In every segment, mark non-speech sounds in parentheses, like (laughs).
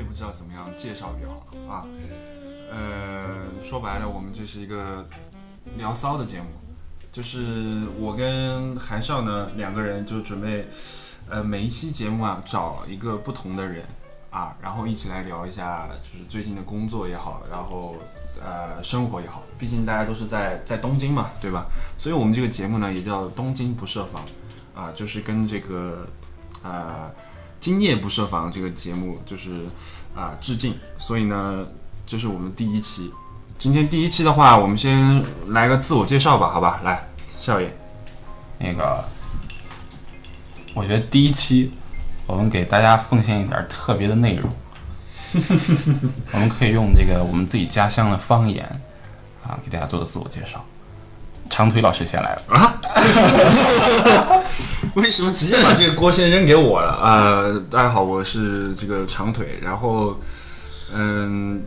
哦不知道怎么样介绍比较好啊。呃，说白了，我们这是一个聊骚的节目，就是我跟韩少呢两个人就准备，呃，每一期节目啊找一个不同的人啊，然后一起来聊一下，就是最近的工作也好，然后呃生活也好，毕竟大家都是在在东京嘛，对吧？所以我们这个节目呢也叫东京不设防啊，就是跟这个呃今夜不设防这个节目就是啊、致敬，所以呢。这是我们第一期。今天第一期的话，我们先来个自我介绍吧，好吧？来，少爷，那个，我觉得第一期我们给大家奉献一点特别的内容，我们可以用这个我们自己家乡的方言啊，给大家做个自我介绍。长腿老师先来了， (laughs) 为什么直接把这个锅先扔给我了？呃，大家好，我是这个长腿。然后，嗯，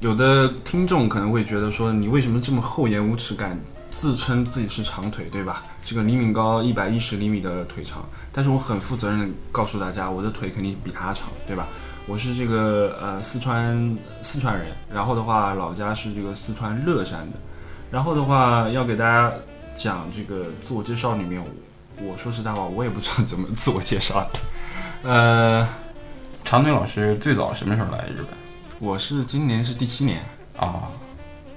有的听众可能会觉得说，你为什么这么厚颜无耻敢自称自己是长腿，对吧？这个李敏高一百一十厘米的腿长，但是我很负责任的告诉大家，我的腿肯定比他长，对吧？我是这个呃四川四川人，然后的话老家是这个四川乐山的，然后的话要给大家讲这个自我介绍里面，我说实在话，我也不知道怎么自我介绍。呃，长腿老师最早什么时候来日本我是今年是第七年，啊？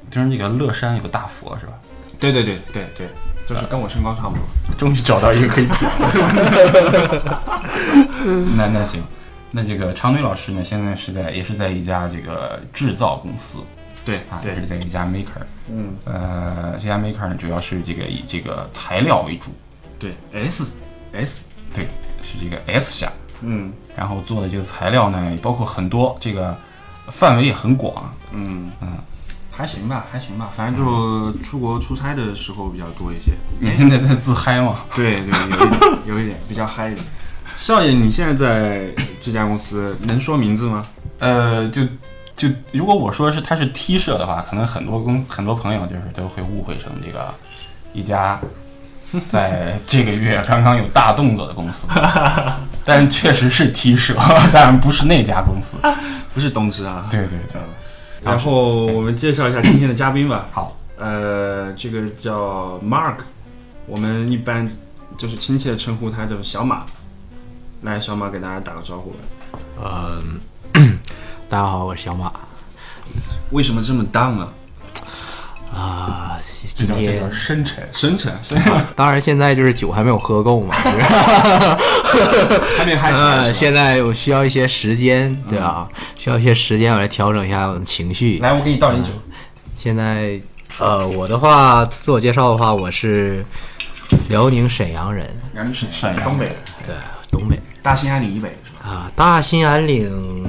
就是这个乐山有个大佛是吧？对对对对对，就是跟我身高差不多。终于找到一个可以讲的。那那行，那这个长腿老师呢，现在是在也是在一家这个制造公司对啊，也对，是在一家 maker。嗯，呃，这家 maker 呢，主要是这个以这个材料为主，对 S S，对，是这个 S 下，嗯然后做的这个材料呢，也包括很多，这个范围也很广。啊嗯嗯，还行吧，还行吧，反正就出国出差的时候比较多一些。 (laughs) 你现在在自嗨吗？对对，有一点，有一点比较嗨一点。少爷，你现在在这家公司能说名字吗？呃，就就如果我说是它是 T 社的话，可能很多公很多朋友就是都会误会成这个一家 (laughs) 在这个月刚刚有大动作的公司， (laughs) 但确实是 T 社， (laughs) 当然不是那家公司。不是东芝啊。对对对，然后我们介绍一下今天的嘉宾吧。好，呃，这个叫 Mark，我们一般就是亲切地称呼他叫小马。来，小马给大家打个招呼吧。嗯，大家好，我是小马为什么这么 down 啊？啊。这今叫这叫天深沉，深沉， (laughs) 当然现在就是酒还没有喝够 (laughs) 嘛，就是还没嗨起呃来是嗯，吧。现在我需要一些时间，对啊，需要一些时间我来调整一下我的情绪。来，我给你嗯倒点酒。现在呃，我的话自我介绍的话，我是辽宁沈阳人，杨律师，沈阳东北，东北大兴安岭以北是吧？啊，大兴安岭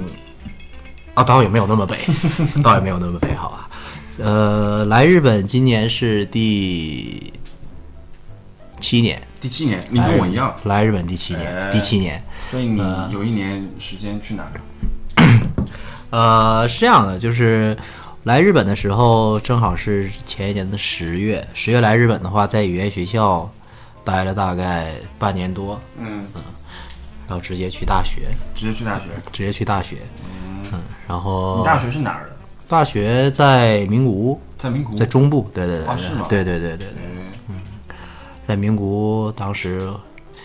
啊，倒也没有那么 (laughs) 北，倒也没有那么北，好吧。呃，来日本今年是第七年。第七年，你跟我一样，来日本第七年，哎第七年。所以你嗯有一年时间去哪儿了？呃，是这样的，就是来日本的时候，正好是前一年的十月。十月来日本的话，在语言学校待了大概半年多，嗯，然后直接去大学，直接去大学。直接去大学。嗯，然后你大学是哪儿的？大学在名古屋，在名古屋在。中部。对对对，啊是吗对对对对对，哎在名古屋当时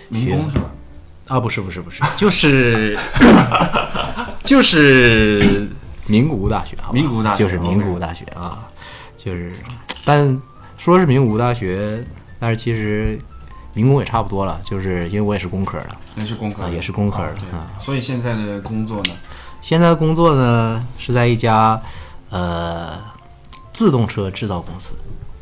民工是吧？啊，不是不是不是，就是就是名古屋大学，好吧啊名古屋大学就是名古屋大学啊，就是，但说是名古屋大学，但是其实民工也差不多了，就是因为我也是工科的，那是工科啊的，也是工科的哦啊对，所以现在的工作呢，现在工作呢是在一家呃自动车制造公司，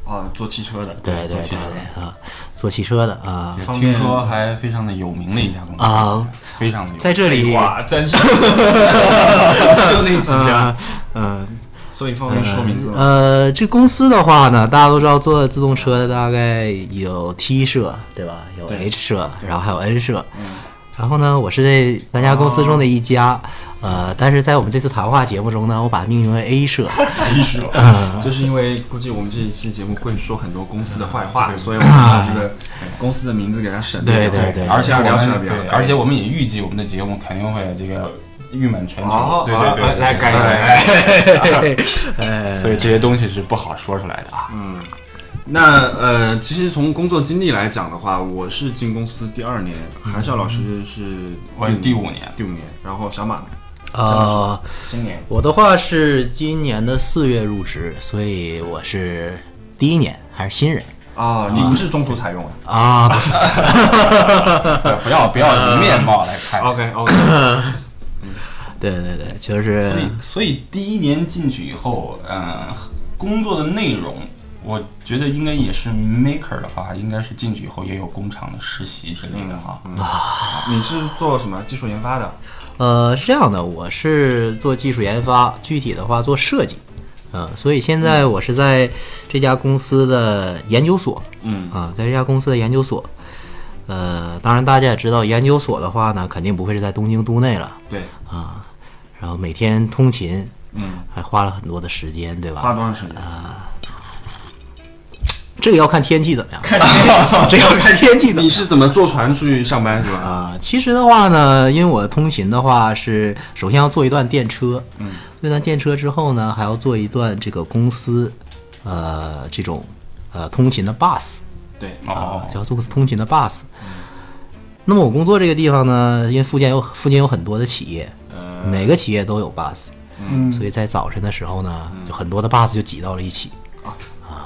啊，做汽车的，对对做对汽车的。对啊，做汽车的啊也方听便说还非常的有名的一家公司，啊，非常的有名。在这里啊，哇， (laughs) 真是就那几家，嗯、呃所以方便说名字吗？呃，这公司的话呢，大家都知道做自动车的大概有 T 社，对吧？有对 H 社，然后还有 N 社。然后呢，我是这三家公司中的一家，呃，但是在我们这次谈话节目中呢，我把它命名为 A 社。哦就是因为估计我们这一期节目会说很多公司的坏话，所以我们把这个公司的名字给它省略掉。对对对而且我聊起来们比较对，嗨而且我们也预计我们的节目肯定会这个誉满全哦球。对对啊对，来来对改一改。哎，所以这些东西是不好说出来的啊。那呃，其实从工作经历来讲的话，我是进公司第二年，韩少老师是我是第五年，第五年，然后小马呢？ (laughs) 呃，今年我的话是今年的四月入职，所以我是第一年还是新人啊，你不是中途采用的啊？不是 (laughs) 呃不要不要以面貌来看。啊？OK OK， (laughs) 对对对，就是所以所以第一年进去以后，嗯，工作的内容，我觉得应该也是 maker 的话，应该是进去以后也有工厂的实习之类的哈。你是做什么技术研发的？呃是这样的，我是做技术研发，具体的话做设计，嗯、所以现在我是在这家公司的研究所，嗯啊，在这家公司的研究所。呃，当然大家也知道，研究所的话呢，肯定不会是在东京都内了对，啊。然后每天通勤，嗯，还花了很多的时间，对花吧？多长时间？这个要看天气怎么样，这个要看天气怎么样你。是怎么坐船出去上班是吧？啊、其实的话呢，因为我通勤的话是首先要坐一段电车，嗯，坐一段电车之后呢，还要坐一段这个公司，呃，这种呃通勤的 bus 对，(laughs) 啊哦，，叫做通勤的 bus。那么我工作这个地方呢，因为附近有附近有很多的企业，呃，每个企业都有 bus，嗯，所以在早晨的时候呢，就很多的 bus 就挤到了一起。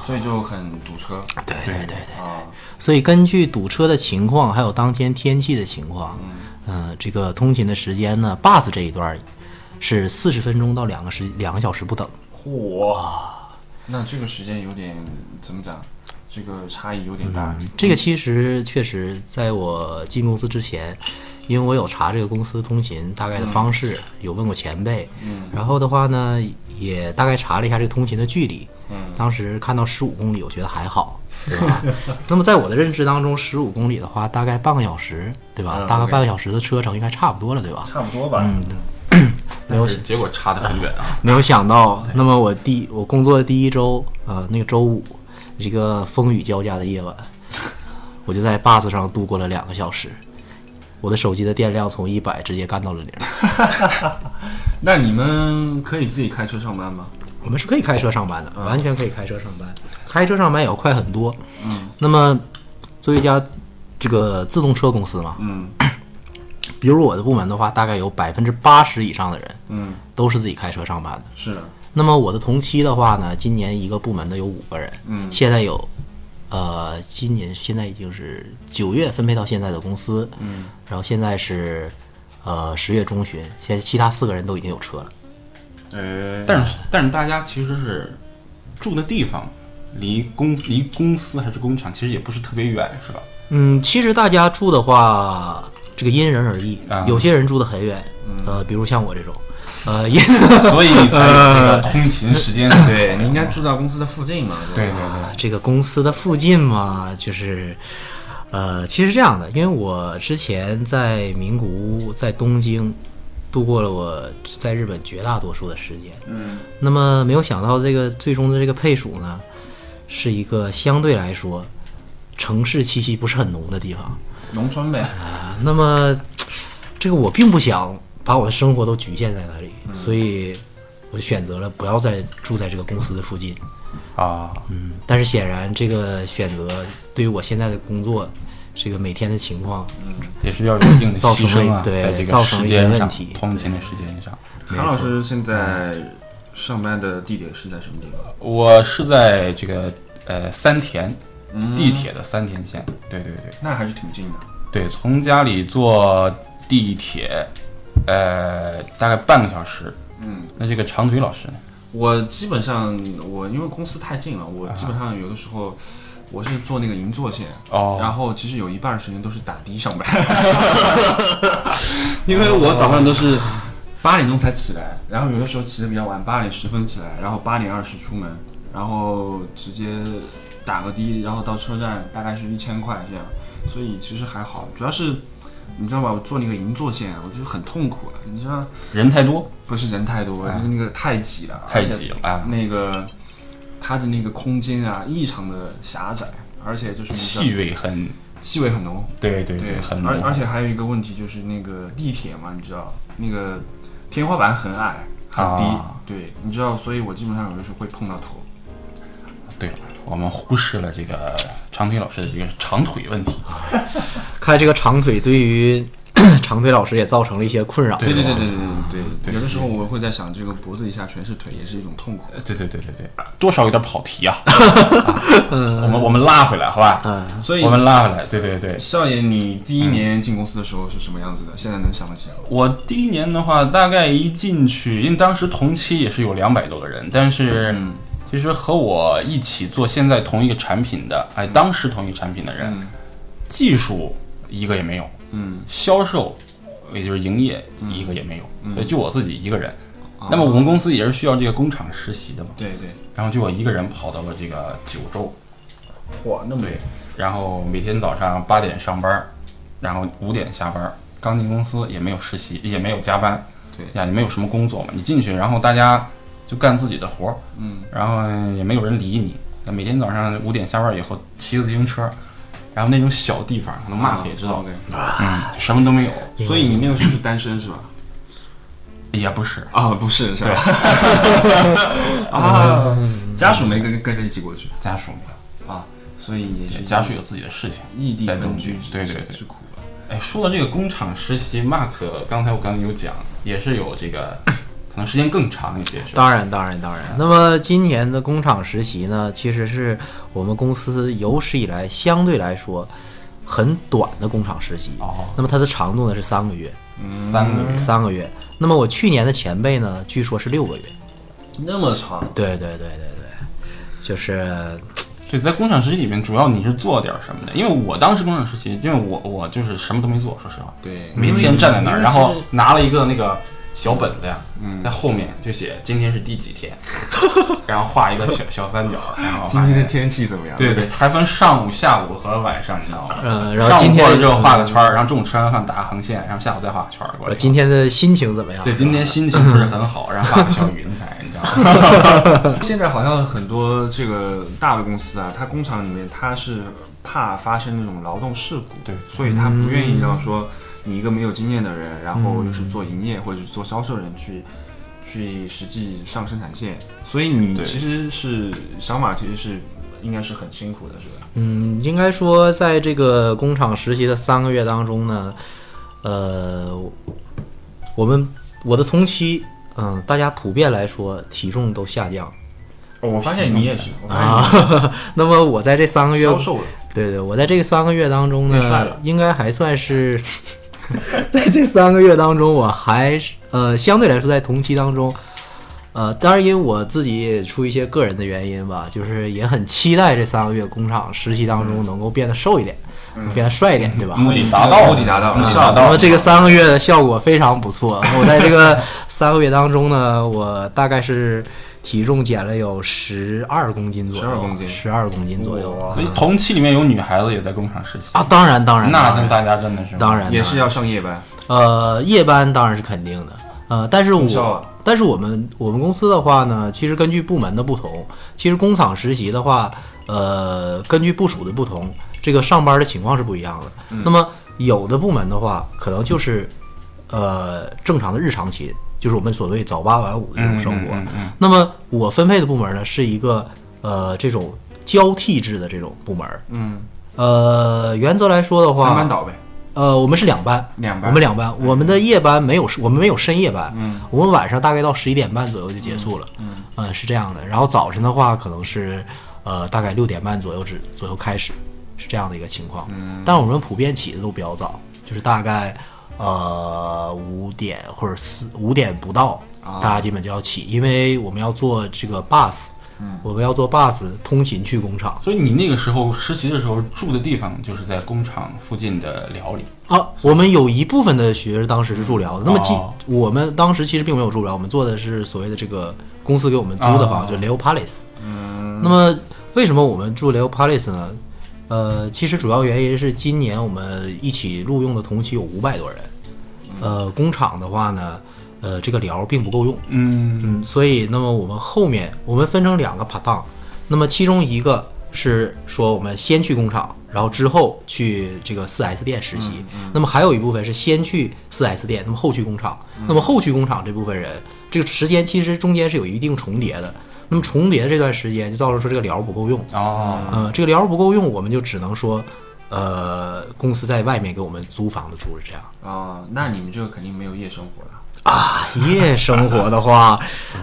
所以就很堵车对对对对。啊。所以根据堵车的情况，还有当天天气的情况，嗯、呃，这个通勤的时间呢，bus 这一段儿是四十分钟到两个时两个小时不等。嚯，那这个时间有点怎么讲？这个差异有点大。这个其实确实在我进公司之前，因为我有查这个公司通勤大嗯概的方式，有问过前辈，然后的话呢，也大概查了一下这个通勤的距离，嗯当时看到十五公里，我觉得还好，对吧？ (laughs) 那么在我的认知当中，十五公里的话，大概半个小时，对吧？嗯大概 OK 半个小时的车程应该差不多了，对吧？差不多吧，但是结果差得很远啊。没有想到，那么我第我工作的第一周，呃，那个周五，一个风雨交加的夜晚，我就在 bus 上度过了两个小时。我的手机的电量从一百直接干到了零。那你们可以自己开车上班吗？我们是可以开车上班的，完全可以开车上班，开车上班也要快很多。嗯，那么作为一家这个自动车公司嘛，嗯比如我的部门的话，大概有百分之八十以上的人嗯，都是自己开车上班的。是的，那么我的同期的话呢，今年一个部门的有五个人，嗯现在有，呃，今年现在已经是九月分配到现在的公司，嗯，然后现在是，呃，十月中旬，现在其他四个人都已经有车了，呃，但是但是大家其实是住的地方离公离公司还是工厂其实也不是特别远，是吧？嗯，其实大家住的话，这个因人而异，啊有些人住的很远，呃，比如像我这种，呃，因所以你才有这个通勤时间 (laughs) 长。对你应该住在公司的附近嘛？对对吧对，这个公司的附近嘛，就是，呃，其实是这样的，因为我之前在名古屋、在东京度过了我在日本绝大多数的时间。嗯，那么没有想到这个最终的这个配属呢，是一个相对来说城市气息不是很浓的地方农村呗。啊。那么这个我并不想把我的生活都局限在那里，所以我选择了不要再住在这个公司的附近。啊，嗯，但是显然这个选择对于我现在的工作，这个每天的情况，也是要有一定的造成牺牲了啊，对在这个造成了时一些间问上题，通勤的时间上。韩老师现在上班的地点是在什么地方？我是在这个呃三田地铁的三田线，对对对那还是挺近的。对，从家里坐地铁，呃，大概半个小时。嗯，那这个长腿老师呢？我基本上我因为公司太近了，我基本上有的时候我是坐那个银座线，哦，然后其实有一半时间都是打的上班， (laughs) 因为我早上都是八点钟才起来，然后有的时候起的比较晚，八点十分起来，然后八点二十出门，然后直接打个的，然后到车站大概是一千块这样，所以其实还好，主要是你知道吧，我坐那个银座线，我觉得很痛苦了，你知道，人太多，不是人太多，就是那个太挤了，太而且挤了啊！那个它的那个空间啊，异常的狭窄，而且就是你知道气味很，气味很浓。对对很而浓而且还有一个问题就是那个地铁嘛，你知道那个天花板很矮很低，啊对，你知道，所以我基本上有的时候会碰到头。对了，我们忽视了这个长腿老师的这个长腿问题。看这个长腿对于 (coughs) 长腿老师也造成了一些困扰。对对对对我对对对对有的时候我会在想，这个脖子以下全是腿，也是一种痛苦。呃对对对对对，多少有点跑题啊。啊我们我们拉回来，好吧？所以我，们拉回来。对对对，少爷，你第一年进公司的时候是什么样子的？现在能想得起来吗？我第一年的话，大概一进去，因为当时同期也是有两百多个人，但是其实和我一起做现在同一个产品的，哎，当时同一个产品的人，嗯技术一个也没有，嗯，销售也就是营业一个也没有，所以就我自己一个人。那么我们公司也是需要这个工厂实习的嘛，对对，然后就我一个人跑到了这个九州，嚯，那么对，然后每天早上八点上班儿，然后五点下班儿。刚进公司也没有实习，也没有加班，哎对呀，你没有什么工作嘛，你进去，然后大家就干自己的活儿，嗯，然后也没有人理你。那每天早上五点下班以后，骑自行车，然后那种小地方，可能 Mark 也知道，对。嗯，什么都没有，所以你那个时候是单身是 (laughs) 吧？也不是，啊，不是是吧？ (laughs) 啊，家属没跟跟着一起过去家属没啊，所以也有，是家属有自己的事情。异地在分东居京，对对对是苦了。哎，说到这个工厂实习，Mark 刚才我刚才有讲，也是有这个，可能时间更长一些，是吧？当然，当然，当然。那么今年的工厂实习呢，其实是我们公司有史以来相对来说很短的工厂实习。哦，那么它的长度呢是三个月，三个月，三个月。那么我去年的前辈呢，据说是六个月。那么长，对对对对对，哎就是所以在工厂实习里面，主要你是做点什么的？因为我当时工厂实习，因为我我就是什么都没做，说实话，对，每天站在那儿，因为然后其实拿了一个那个小本子呀，在后面就写今天是第几天， (laughs) 然后画一个小小三角，然后今天的天气怎么样？对对，还分上午、下午和晚上，你知道吗？嗯然后今上午天过了之后画个圈儿，然后中午吃完饭打个横线，然后下午再画个圈儿过我来。今天的心情怎么样？对今天心情不是很好，然后画个小云彩，你知道吗？现在好像很多这个大的公司啊，它工厂里面它是怕发生那种劳动事故，对，所以它不愿意让说你一个没有经验的人，然后又是做营业或者是做销售人去去实际上生产线，所以你对其实是小马其实是应该是很辛苦的，是吧？嗯，应该说，在这个工厂实习的三个月当中呢，呃，我们我的同期，嗯、大家普遍来说体重都下降哦，我发现你也是，我啊发。那么我在这三个现你月消，瘦了，对对，我在这个三个月当中变帅呢了，应该还算是， (laughs) 在这三个月当中，我还是呃相对来说在同期当中。呃，当然，因为我自己也出于一些个人的原因吧，就是也很期待这三个月工厂实习嗯当中能够变得瘦一点，变得帅一点，对吧？目的达到了，目的达到了目的啊达然到后了。这个三个月的效果非常不错。我在这个 (laughs) 三个月当中呢，我大概是体重减了有十二公斤左右， 12公斤十二公斤左右哇所以同期里面有女孩子也在工厂实习啊！，当然，当然，那当真然大家真的是当然也是当然要上夜班，呃，夜班当然是肯定的。呃，但是通宵我啊但是我们我们公司的话呢，其实根据部门的不同，其实工厂实习的话，呃，根据部署的不同，这个上班的情况是不一样的。嗯那么有的部门的话，可能就是呃正常的日常勤，就是我们所谓早八晚五的这种嗯生活。嗯嗯那么我分配的部门呢，是一个呃这种交替制的这种部门。嗯，呃，原则来说的话，三班倒呗，呃，我们是两班，两班我们两班，我们的夜班没有，我们没有深夜班，嗯，我们晚上大概到十一点半左右就结束了，嗯，呃，是这样的。然后早晨的话，可能是呃大概六点半左右至左右开始，是这样的一个情况。嗯，但我们普遍起的都比较早，就是大概呃五点或者四五点不到，大家基本就要起，因为我们要坐这个 bus，嗯，我们要坐 bus 通勤去工厂。所以你那个时候实习的时候住的地方就是在工厂附近的寮里，啊，我们有一部分的学生当时是住寮的，那么基、哦我们当时其实并没有住寮，我们做的是所谓的这个公司给我们租的房，哦就 Leo Palace。嗯，那么为什么我们住 Leo Palace 呢？呃，其实主要原因是今年我们一起录用的同期有五百多人，呃，工厂的话呢，呃，这个寮并不够用，嗯，嗯，所以那么我们后面我们分成两个 part time，那么其中一个是说我们先去工厂，然后之后去这个 4S 店实习。那么还有一部分是先去 4S 店，那么后去工厂。那么后去工厂这部分人，这个时间其实中间是有一定重叠的。那么重叠这段时间就造成说这个疗不够用，哦，嗯，这个疗不够用，我们就只能说，呃，公司在外面给我们租房子住是这样。啊、那你们这个肯定没有夜生活了。啊，夜生活的话，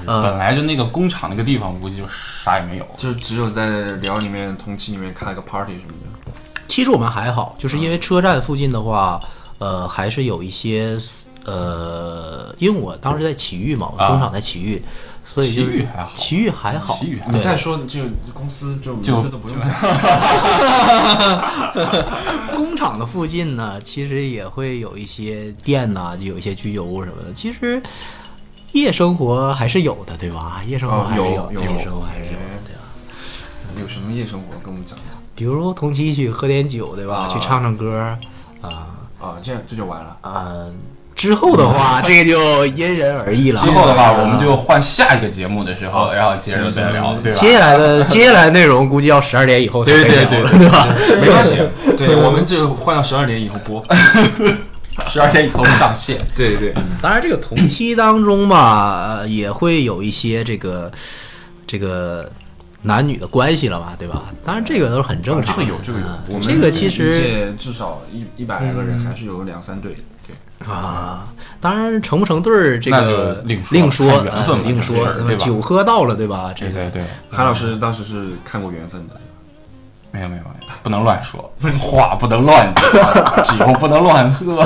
嗯本来就那个工厂那个地方，估计就啥也没有。就只有在聊里面、同期里面开个 party 什么的。其实我们还好，嗯就是因为车站附近的话，呃，还是有一些呃，因为我当时在奇遇嘛，我啊工厂在奇遇，所以就奇遇是还好嗯奇遇还好，奇遇还好你对再说就公司就就名字都不用讲，工厂的附近呢， (laughs) 其实也会有一些店呐、就有一些居酒屋什么的，其实。夜生活还是有的，对吧？夜生活哦 (laughs) 还是有啊的有夜生活还是有的哎，对吧？啊有什么夜生活跟我们讲讲比如同期去喝点酒，对吧？啊去唱唱歌，啊、啊？这样这就完 (laughs) 了。呃，之后的 (laughs) 话，这个就因人而异了。之后的话，呃我们就换下一个节目的时候，然后接着再聊，是对吧？嗯接下来的接下来内容估计要十二点以后才对可对以聊对了对对吧？没关系，对，我们就换到十二点以后 (laughs) 播。十二天以后上线。对对，当然，这个同期当中吧，呃也会有一些这个这个男女的关系了吧，对吧？当然，这个都是很正常的、这个有这个有嗯，我们这个其实一届至少一一百来个嗯人，还是有两三对。对，啊，当然成不成对儿，这那个就另说另说，看缘分呃吧另这说个事儿。那么对吧酒喝到了，对吧？这对个对对，韩老师当时是看过缘分的。没有没有没有，不能乱说，话不能乱 (laughs) 讲，酒不能乱喝。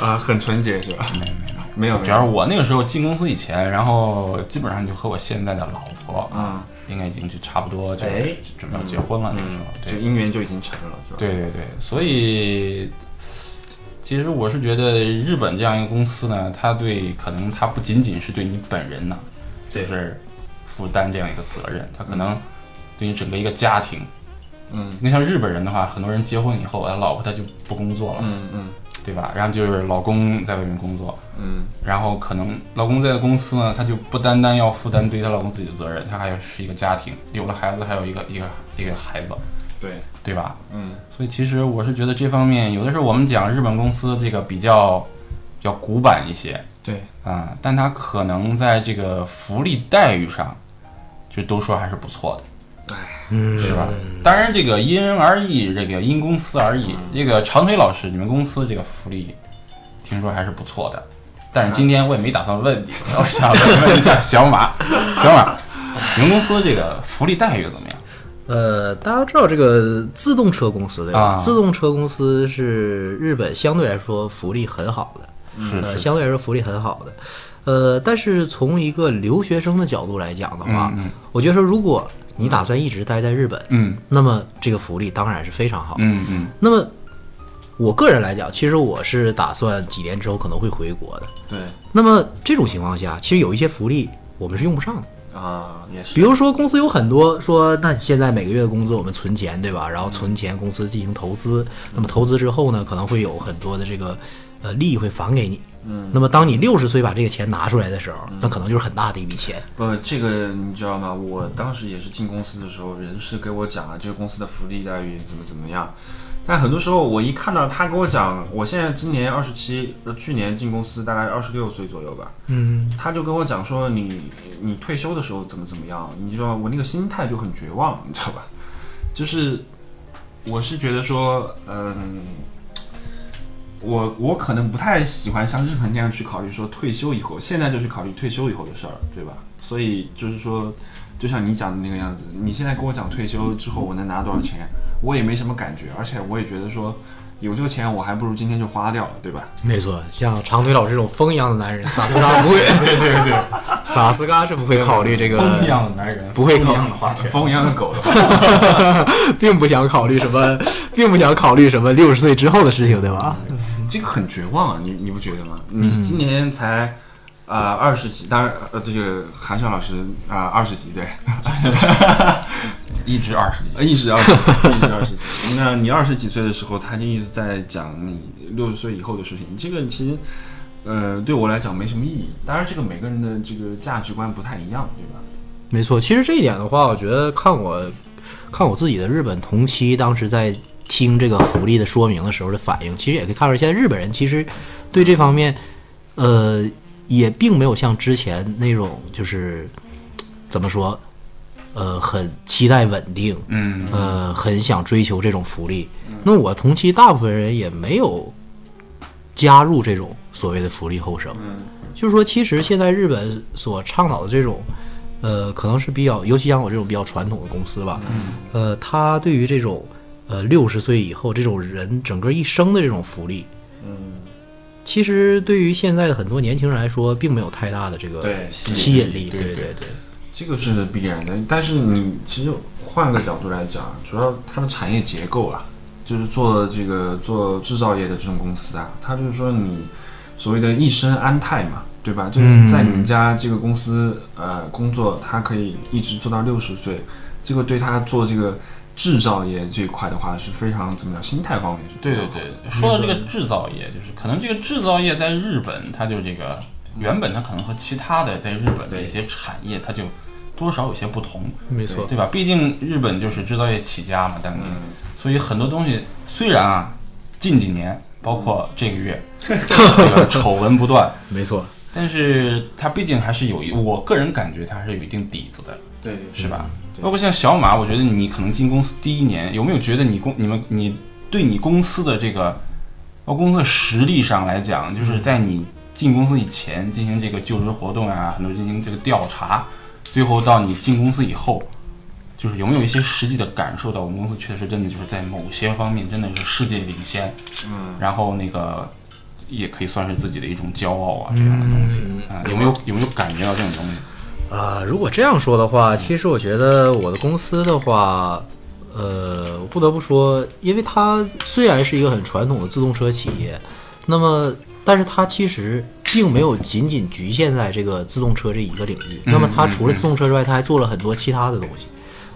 啊，很纯洁是吧？没有没有没有，没有，主要是我那个时候进公司以前，然后基本上就和我现在的老婆，啊嗯，应该已经就差不多就哎嗯准备要结婚了啊那个时候，就对姻缘就已经成了是吧？，对对对，所以其实我是觉得日本这样一个公司呢，它对可能它不仅仅是对你本人呐、就对是负担这样一个责任，它可能对你整个一个家庭。嗯那像日本人的话，很多人结婚以后，他老婆她就不工作了，嗯嗯对吧？然后就是老公在外面工作，嗯，然后可能老公在公司呢，她就不单单要负担对她老公自己的责任，她还要是一个家庭，有了孩子还有一个一个一个孩子，对，对吧？嗯所以其实我是觉得这方面，有的时候我们讲日本公司这个比较比较古板一些对，啊、但它可能在这个福利待遇上，就都说还是不错的。嗯，是吧？当然，这个因人而异，这个因公司而异。这个长腿老师，你们公司这个福利，听说还是不错的。但是今天我也没打算问你， (laughs) 我想问一下小马，小马，你们公司这个福利待遇怎么样？呃，大家都知道这个自动车公司对吧？啊自动车公司是日本相对来说福利很好的，呃，是是，相对来说福利很好的。呃，但是从一个留学生的角度来讲的话，嗯我觉得说，如果你打算一直待在日本，嗯那么这个福利当然是非常好。嗯嗯，那么我个人来讲，其实我是打算几年之后可能会回国的。对那么这种情况下，其实有一些福利我们是用不上的。啊，也是，比如说，公司有很多说，那你现在每个月的工资我们存钱，对吧？然后存钱，公司进行投资。那么投资之后呢，可能会有很多的这个呃利益会返给你。嗯，那么当你六十岁把这个钱拿出来的时候，那可能就是很大的一笔钱。不，这个你知道吗？我当时也是进公司的时候，人事给我讲啊，这个公司的福利待遇怎么怎么样。但很多时候，我一看到他给我讲，我现在今年二十七，呃，去年进公司大概二十六岁左右吧，嗯，他就跟我讲说你你退休的时候怎么怎么样，你知道我那个心态就很绝望，你知道吧？就是我是觉得说，嗯，我我可能不太喜欢像日本那样去考虑说退休以后，现在就去考虑退休以后的事儿，对吧？所以就是说，就像你讲的那个样子，你现在跟我讲退休之后我能拿多少钱，我也没什么感觉，而且我也觉得说有这个钱我还不如今天就花掉了，对吧？没错，像长腿老师这种风一样的男人，萨斯嘎不会， (laughs) 对对对，萨斯嘎是不会考虑这个，风一样的男人，不会风考一样的花钱，疯一样的狗的话。并不想考虑什么，并不想考虑什么六十岁之后的事情，对吧？ (laughs) 这个很绝望啊，你你不觉得吗？你今年才啊二十几，当然呃这个韩笑老师啊二十几对，一直二十几。呃一直 (laughs) 二十几，一直二十几。 (laughs) 那你二十几岁的时候，他就一直在讲你六十岁以后的事情，这个其实呃对我来讲没什么意义。当然，这个每个人的这个价值观不太一样，对吧？没错，其实这一点的话，我觉得看我看我自己的日本同期当时在听这个福利的说明的时候的反应，其实也可以看出，现在日本人其实对这方面，呃，也并没有像之前那种就是怎么说，呃，很期待稳定，嗯，呃，很想追求这种福利。那我同期大部分人也没有加入这种所谓的福利后生，嗯就是说，其实现在日本所倡导的这种，呃，可能是比较，尤其像我这种比较传统的公司吧，呃，它对于这种，呃，六十岁以后这种人整个一生的这种福利，嗯，其实对于现在的很多年轻人来说，并没有太大的这个对，呃吸引力。对对对对，这个是必然的。但是你其实换个角度来讲，主要它的产业结构啊，就是做这个做制造业的这种公司啊，它就是说你所谓的一生安泰嘛，对吧？就是在你们家这个公司呃工作，他可以一直做到六十岁，这个对他做这个制造业这一块的话是非常怎么讲，心态方面是对非对常对，说好的到这个制造业，就是可能这个制造业在日本，它就这个原本它可能和其他的在日本的一些产业，它就多少有些不同，没错。对吧？毕竟日本就是制造业起家嘛，当年，所以很多东西虽然啊，近几年包括这个月，这个丑闻不断，没错，但是它毕竟还是有一，我个人感觉它还是有一定底子的，对是吧？嗯对包括像小马，我觉得你可能进公司第一年，有没有觉得你公你们你对你公司的这个，包括公司的实力上来讲，就是在你进公司以前进行这个就职活动啊，很多进行这个调查，最后到你进公司以后，就是有没有一些实际的感受到我们公司确实真的就是在某些方面真的是世界领先，嗯，然后那个也可以算是自己的一种骄傲啊这样的东西啊、有没有有没有感觉到这种东西？啊、如果这样说的话，其实我觉得我的公司的话，呃，我不得不说，因为它虽然是一个很传统的自动车企业，那么，但是它其实并没有仅仅局限在这个自动车这一个领域。那么，它除了自动车之外，它还做了很多其他的东西，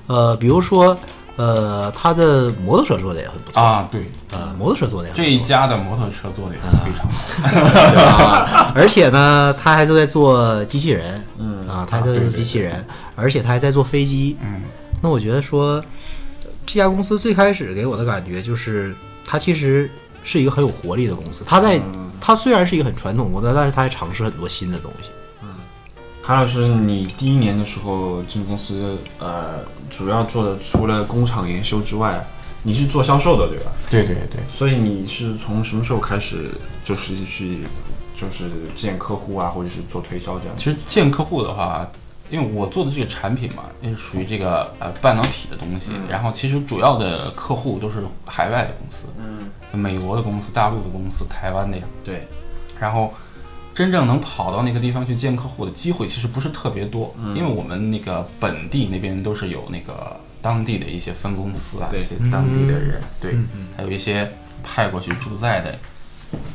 呃，比如说，呃，它的摩托车做的也很不错，啊，对，呃，摩托车做的也很这不一错。家的摩托车做的也是非常好， (laughs) 而且呢，他还都在做机器人，嗯啊，他还在啊对做对机器人，而且他还在做飞机，嗯，那我觉得说，这家公司最开始给我的感觉就是，它其实是一个很有活力的公司。它在嗯它虽然是一个很传统的公司，但是它还尝试很多新的东西。韩老师，你第一年的时候进公司，呃，主要做的除了工厂研修之外，你是做销售的对吧？对对对，所以你是从什么时候开始就是去就是见客户啊，或者是做推销这样？其实见客户的话，因为我做的这个产品嘛，也是属于这个呃半导体的东西，然后其实主要的客户都是海外的公司，嗯，美国的公司、大陆的公司、台湾的呀，对，然后真正能跑到那个地方去见客户的机会其实不是特别多，因为我们那个本地那边都是有那个当地的一些分公司啊，对一些当地的人，对，还有一些派过去驻在的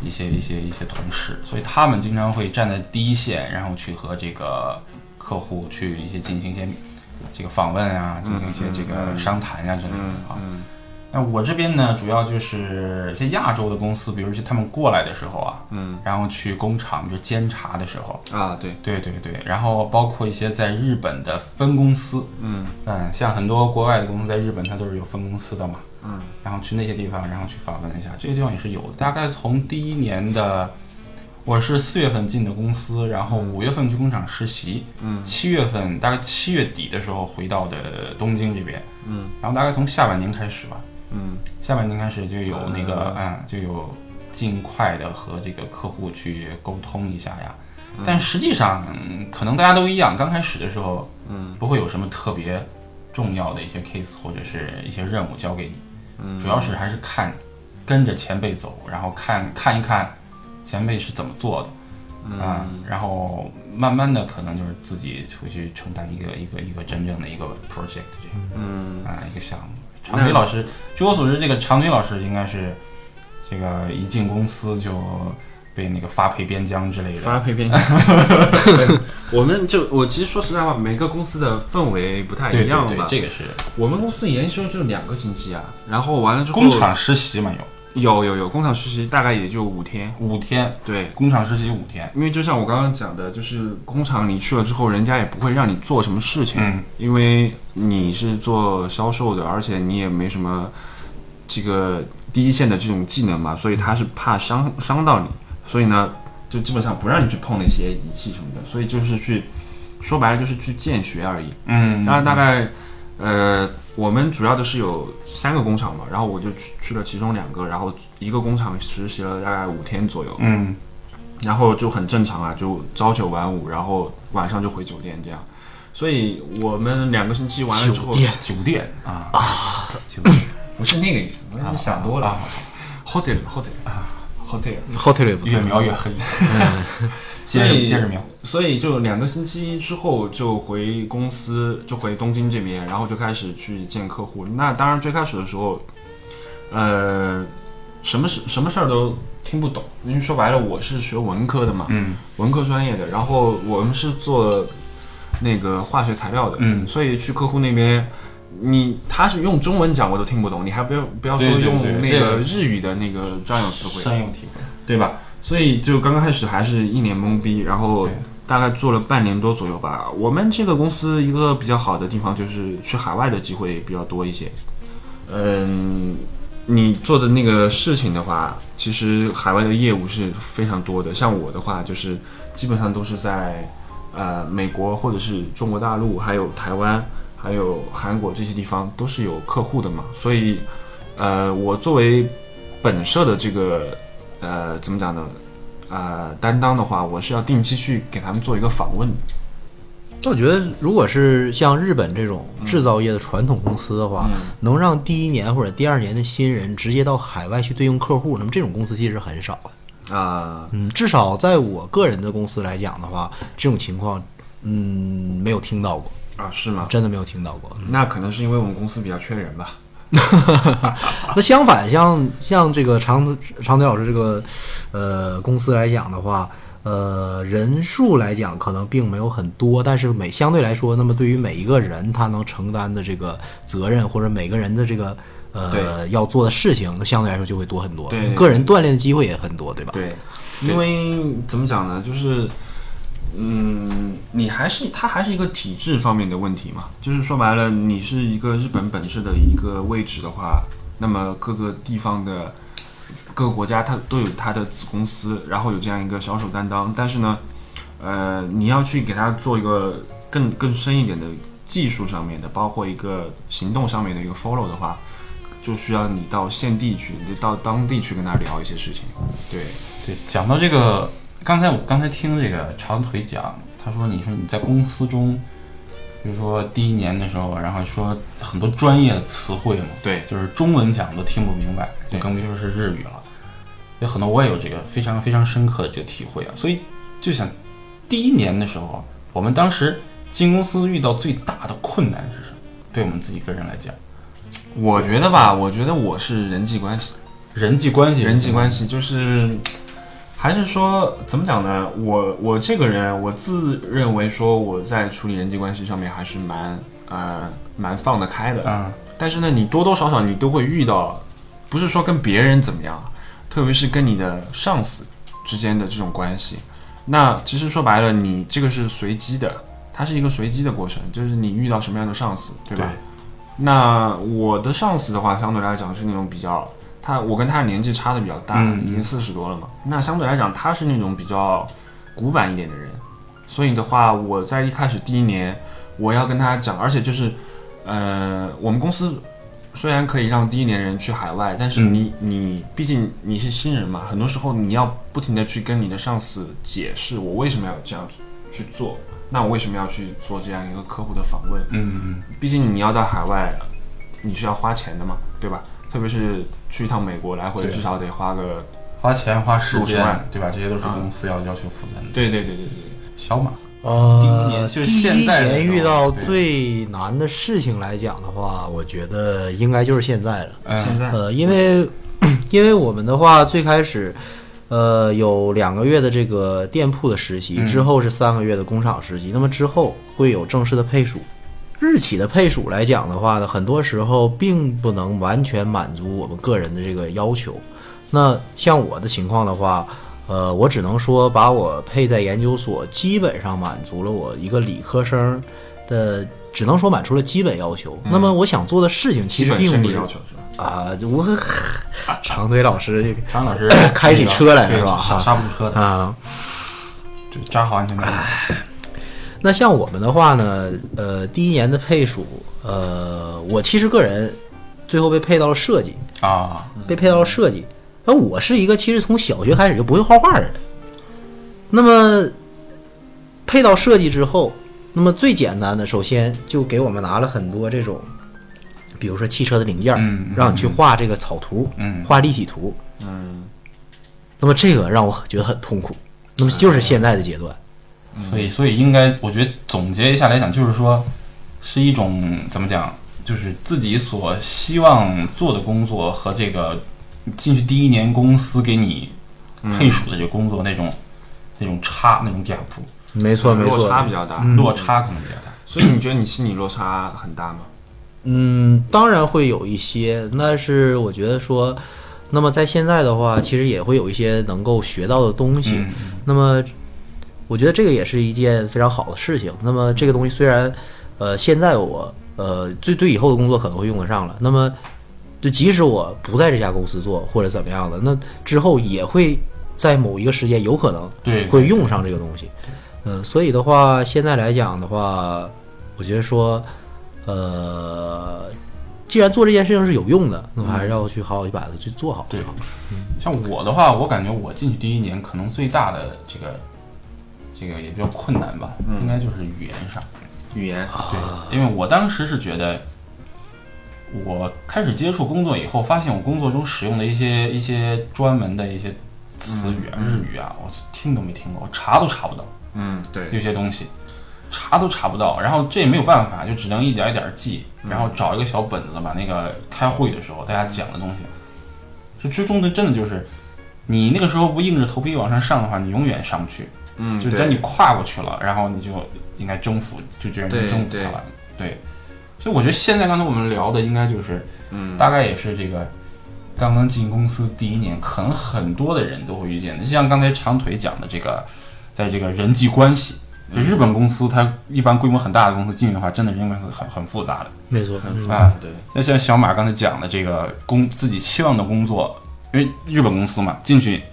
一些一些一些同事，所以他们经常会站在第一线，然后去和这个客户去一些进行一些这个访问啊，进行一些这个商谈啊之类的啊。嗯那我这边呢，主要就是一些亚洲的公司，比如说他们过来的时候啊，嗯然后去工厂就监察的时候，啊，对，对对对，然后包括一些在日本的分公司，嗯嗯，像很多国外的公司在日本它都是有分公司的嘛，嗯，然后去那些地方，然后去访问一下，这些地方也是有的。大概从第一年的，我是四月份进的公司，然后五月份去工厂实习，嗯七月份大概七月底的时候回到的东京这边，嗯，然后大概从下半年开始吧，嗯下半年开始就有那个啊、嗯就有尽快的和这个客户去沟通一下呀。但实际上，嗯可能大家都一样，刚开始的时候，嗯，不会有什么特别重要的一些 case 或者是一些任务交给你，嗯主要是还是看跟着前辈走，然后看看一看前辈是怎么做的，嗯啊、然后慢慢的可能就是自己出去承担一个一个一个真正的一个 project 这样。嗯啊一个项目。常腿老师，据我所知，这个常腿老师应该是这个一进公司就被那个发配边疆之类的。发配编辑，嗯 (laughs) 我们就我其实说实在话，每个公司的氛围不太对一样对吧。对，这个是我们公司研修就两个星期啊，然后完了之后工厂实习嘛有。有有有，工厂实习大概也就五天。五天，对，工厂实习五天。因为就像我刚刚讲的，就是工厂你去了之后，人家也不会让你做什么事情，嗯因为你是做销售的，而且你也没什么这个第一线的这种技能嘛，所以他是怕伤伤到你，所以呢，就基本上不让你去碰那些仪器什么的，所以就是去说白了就是去见学而已。嗯，然后大概，呃，我们主要的是有三个工厂嘛，然后我就去去了其中两个，然后一个工厂实习了大概五天左右，嗯然后就很正常啊，就朝九晚五，然后晚上就回酒店这样。所以我们两个星期完了之后酒，店酒店啊酒 (laughs) 店不是那个意思，我啊你想多了啊，hotel hotel 啊 hotel。 hotel 也不越错，描越黑。(laughs) (laughs) 接嗯所以着接着描，所以就两个星期之后就回公司，就回东京这边，然后就开始去见客户。那当然最开始的时候，呃，什么事什么事儿都听不懂，因为说白了我是学文科的嘛，嗯文科专业的，然后我们是做那个化学材料的，嗯所以去客户那边。你他是用中文讲我都听不懂，你还不要不要说对对用对那这个个日语的那个专有词汇，深有体会。对吧？所以就刚开始还是一脸懵逼，然后对大概做了半年多左右吧。我们这个公司一个比较好的地方就是去海外的机会比较多一些。嗯，你做的那个事情的话，其实海外的业务是非常多的。像我的话，就是基本上都是在呃美国或者是中国大陆，还有台湾，还有韩国这些地方都是有客户的嘛。所以，呃，我作为本社的这个呃怎么讲呢？呃，担当的话，我是要定期去给他们做一个访问的。那我觉得，如果是像日本这种制造业的传统公司的话，嗯能让第一年或者第二年的新人直接到海外去对应客户，那么这种公司其实很少。啊、嗯，至少在我个人的公司来讲的话，这种情况，嗯，没有听到过，啊，是吗？真的没有听到过。 (laughs) 那可能是因为我们公司比较缺人吧。那相反，像像这个长长腿老师这个呃公司来讲的话，呃人数来讲可能并没有很多，但是每相对来说，那么对于每一个人他能承担的这个责任或者每个人的这个呃对要做的事情，那相对来说就会多很多，对对对个人锻炼的机会也很多，对吧？对，因为怎么讲呢，就是，嗯，你还是它还是一个体制方面的问题嘛。就是说白了，你是一个日本本市的一个位置的话，那么各个地方的各个国家它都有它的子公司，然后有这样一个销售担当。但是呢，呃，你要去给它做一个更更深一点的技术上面的，包括一个行动上面的一个 follow 的话。就需要你到县地去，你得到当地去跟他聊一些事情。对，对，讲到这个，刚才我刚才听这个长腿讲，他说你说你在公司中，比如说第一年的时候，然后说很多专业的词汇嘛，对就是中文讲都听不明白，就对更别说是日语了。有很多我也有这个非常非常深刻的这个体会啊，所以就想第一年的时候，我们当时进公司遇到最大的困难是什么？对我们自己个人来讲，我觉得吧，我觉得我是人际关系，人际关系，人际关系就是，还是说怎么讲呢？我我这个人，我自认为说我在处理人际关系上面还是蛮呃蛮放得开的，啊，但是呢，你多多少少你都会遇到，不是说跟别人怎么样，特别是跟你的上司之间的这种关系，那其实说白了，你这个是随机的，它是一个随机的过程，就是你遇到什么样的上司，对吧？对那我的上司的话，相对来讲是那种比较，他我跟他年纪差的比较大，嗯嗯已经四十多了嘛。那相对来讲，他是那种比较古板一点的人，所以的话，我在一开始第一年，我要跟他讲，而且就是，呃，我们公司虽然可以让第一年人去海外，但是嗯你、你毕竟你是新人嘛，很多时候你要不停的去跟你的上司解释我为什么要这样去做，那我为什么要去做这样一个客户的访问。嗯嗯，毕竟你要到海外，你是要花钱的嘛，对吧？特别是去一趟美国，来回对至少得花个……花钱花时四五十间万，对吧？这些都是啊公司要要求负担的。对对对对对，小马，呃，第一年就是现在的第一时候年遇到对最难的事情来讲的话，我觉得应该就是现在了。现嗯，在呃，因为 (clears throat) 因为我们的话最开始，呃，有两个月的这嗯个店铺的实习，之后是三个月的工厂实习，那么之后会有正式的配属。日企的配属来讲的话呢，很多时候并不能完全满足我们个人的这个要求。那像我的情况的话，呃，我只能说把我配在研究所，基本上满足了我一个理科生的，只能说满足了基本要求。那么我想做的事情嗯其基实本并生不理是要求是吧？啊、我长腿老师常老师 (coughs) 开起车来对是吧刹刹不住车的，啊。就扎好安全带。那像我们的话呢，呃，第一年的配属，呃，我其实个人最后被配到了设计，啊，被配到了设计。那我是一个其实从小学开始就不会画画的人，那么配到设计之后，那么最简单的，首先就给我们拿了很多这种，比如说汽车的零件儿，嗯嗯让你去画这个草图，嗯画立体图。嗯，那么这个让我觉得很痛苦。那么就是现在的阶段，所以所以应该，我觉得总结一下来讲，就是说，是一种怎么讲，就是自己所希望做的工作和这个进去第一年公司给你嗯配属的这个工作那种、那种差那种 gap 嗯没错没落错，差比较嗯大，嗯落差可能比较大。所以你觉得你心理落差很大吗？嗯，当然会有一些，但是我觉得说，那么在现在的话，其实也会有一些能够学到的东西。嗯那么，我觉得这个也是一件非常好的事情。那么这个东西虽然，呃，现在我呃，最对以后的工作可能会用得上了。那么，就即使我不在这家公司做或者怎么样的，那之后也会在某一个时间有可能对会用上这个东西。嗯、所以的话，现在来讲的话，我觉得说，呃，既然做这件事情是有用的，那么还是要去好好去把它去做好。对，像我的话，我感觉我进去第一年可能最大的这个这个也比较困难吧，嗯应该就是语言上。语言对，因为我当时是觉得，我开始接触工作以后，发现我工作中使用的一些一些专门的一些词语啊、日语啊，我听都没听过，我查都查不到，嗯，对，有些东西查都查不到。然后这也没有办法，就只能一点一点记，然后找一个小本子，把那个开会的时候大家讲的东西，就最终的真的就是。你那个时候不硬着头皮往上上的话，你永远上不去。嗯，就是对等你跨过去了，然后你就应该征服，就觉得你对征服它了。对，所以我觉得现在刚才我们聊的应该就是，嗯，大概也是这个刚刚进公司第一年，可能很多的人都会遇见的。就像刚才长腿讲的这个，在这个人际关系，就嗯日本公司它一般规模很大的公司进去的话，真的人际关系很很复杂的。没错，很复啊杂，对，那像小马刚才讲的这个工自己期望的工作，因为日本公司嘛，进去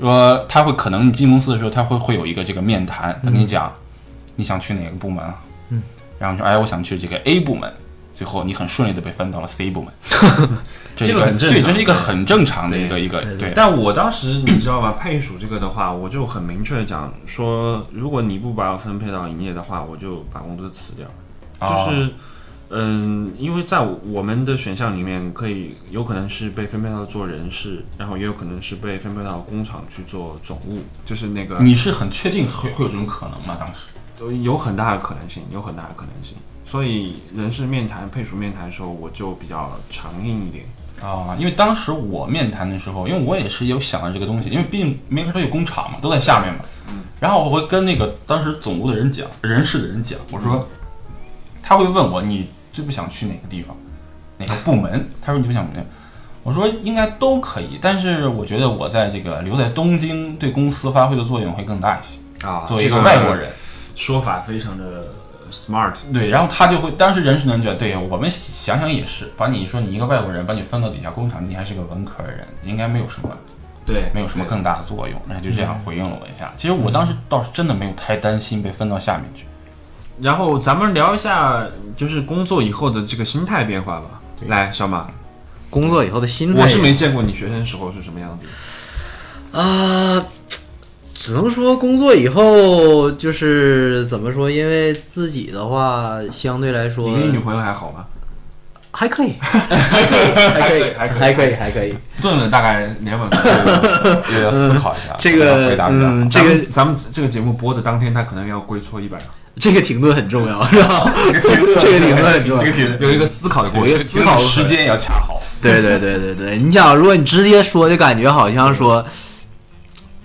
说他会可能你进公司的时候，他会会有一个这个面谈，他跟你讲、你想去哪个部门啊，嗯，然后你说哎我想去这个 A 部门，最后你很顺利的被分到了 C 部门，这这个个很正对，常这是一个很正常的一个一个对，但我当时你知道吧，配属这个的话，我就很明确的讲说，如果你不把我分配到营业的话，我就把工作辞掉。就哦是，嗯，因为在我们的选项里面，可以有可能是被分配到做人事，然后也有可能是被分配到工厂去做总务，就是那个你是很确定会会有这种可能吗？当时有很大的可能性，有很大的可能性。所以人事面谈、配属面谈的时候，我就比较强硬一点。啊、因为当时我面谈的时候，因为我也是有想到这个东西，因为毕竟 Maker 它有工厂嘛，都在下面嘛。然后我会跟那个当时总部的人讲，人事的人讲，我说，他会问我你最不想去哪个地方，哪个部门？他说你不想去哪个，我说应该都可以，但是我觉得我在这个留在东京对公司发挥的作用会更大一些。啊作为一个外国人，说法非常的 smart，对，然后他就会，当时人事能觉得，对我们想想也是，把你说你一个外国人，把你分到底下工厂，你还是个文科人，应该没有什么。对，没有什么更大的作用，那就嗯这样回应了我一下。其实我当时倒是真的没有太担心被分到下面去。然后咱们聊一下，就是工作以后的这个心态变化吧。来，小马，工作以后的心态，我是没见过你学生时候是什么样子。啊、只能说工作以后就是怎么说，因为自己的话相对来说你跟你女朋友还好吗？还可以，还可以，还可以还可以，还可以。炖了大概两碗。也要思考一下，呃这个怎么回答比较好嗯咱们这个咱们这个节目播的当天，他可能要跪搓衣板，这个停顿很重要，是吧？这个停顿很重要这。个觉得有一个思考的过有程一个。思考时间也要恰好。对对对对对，你想，如果你直接说，就感觉好像说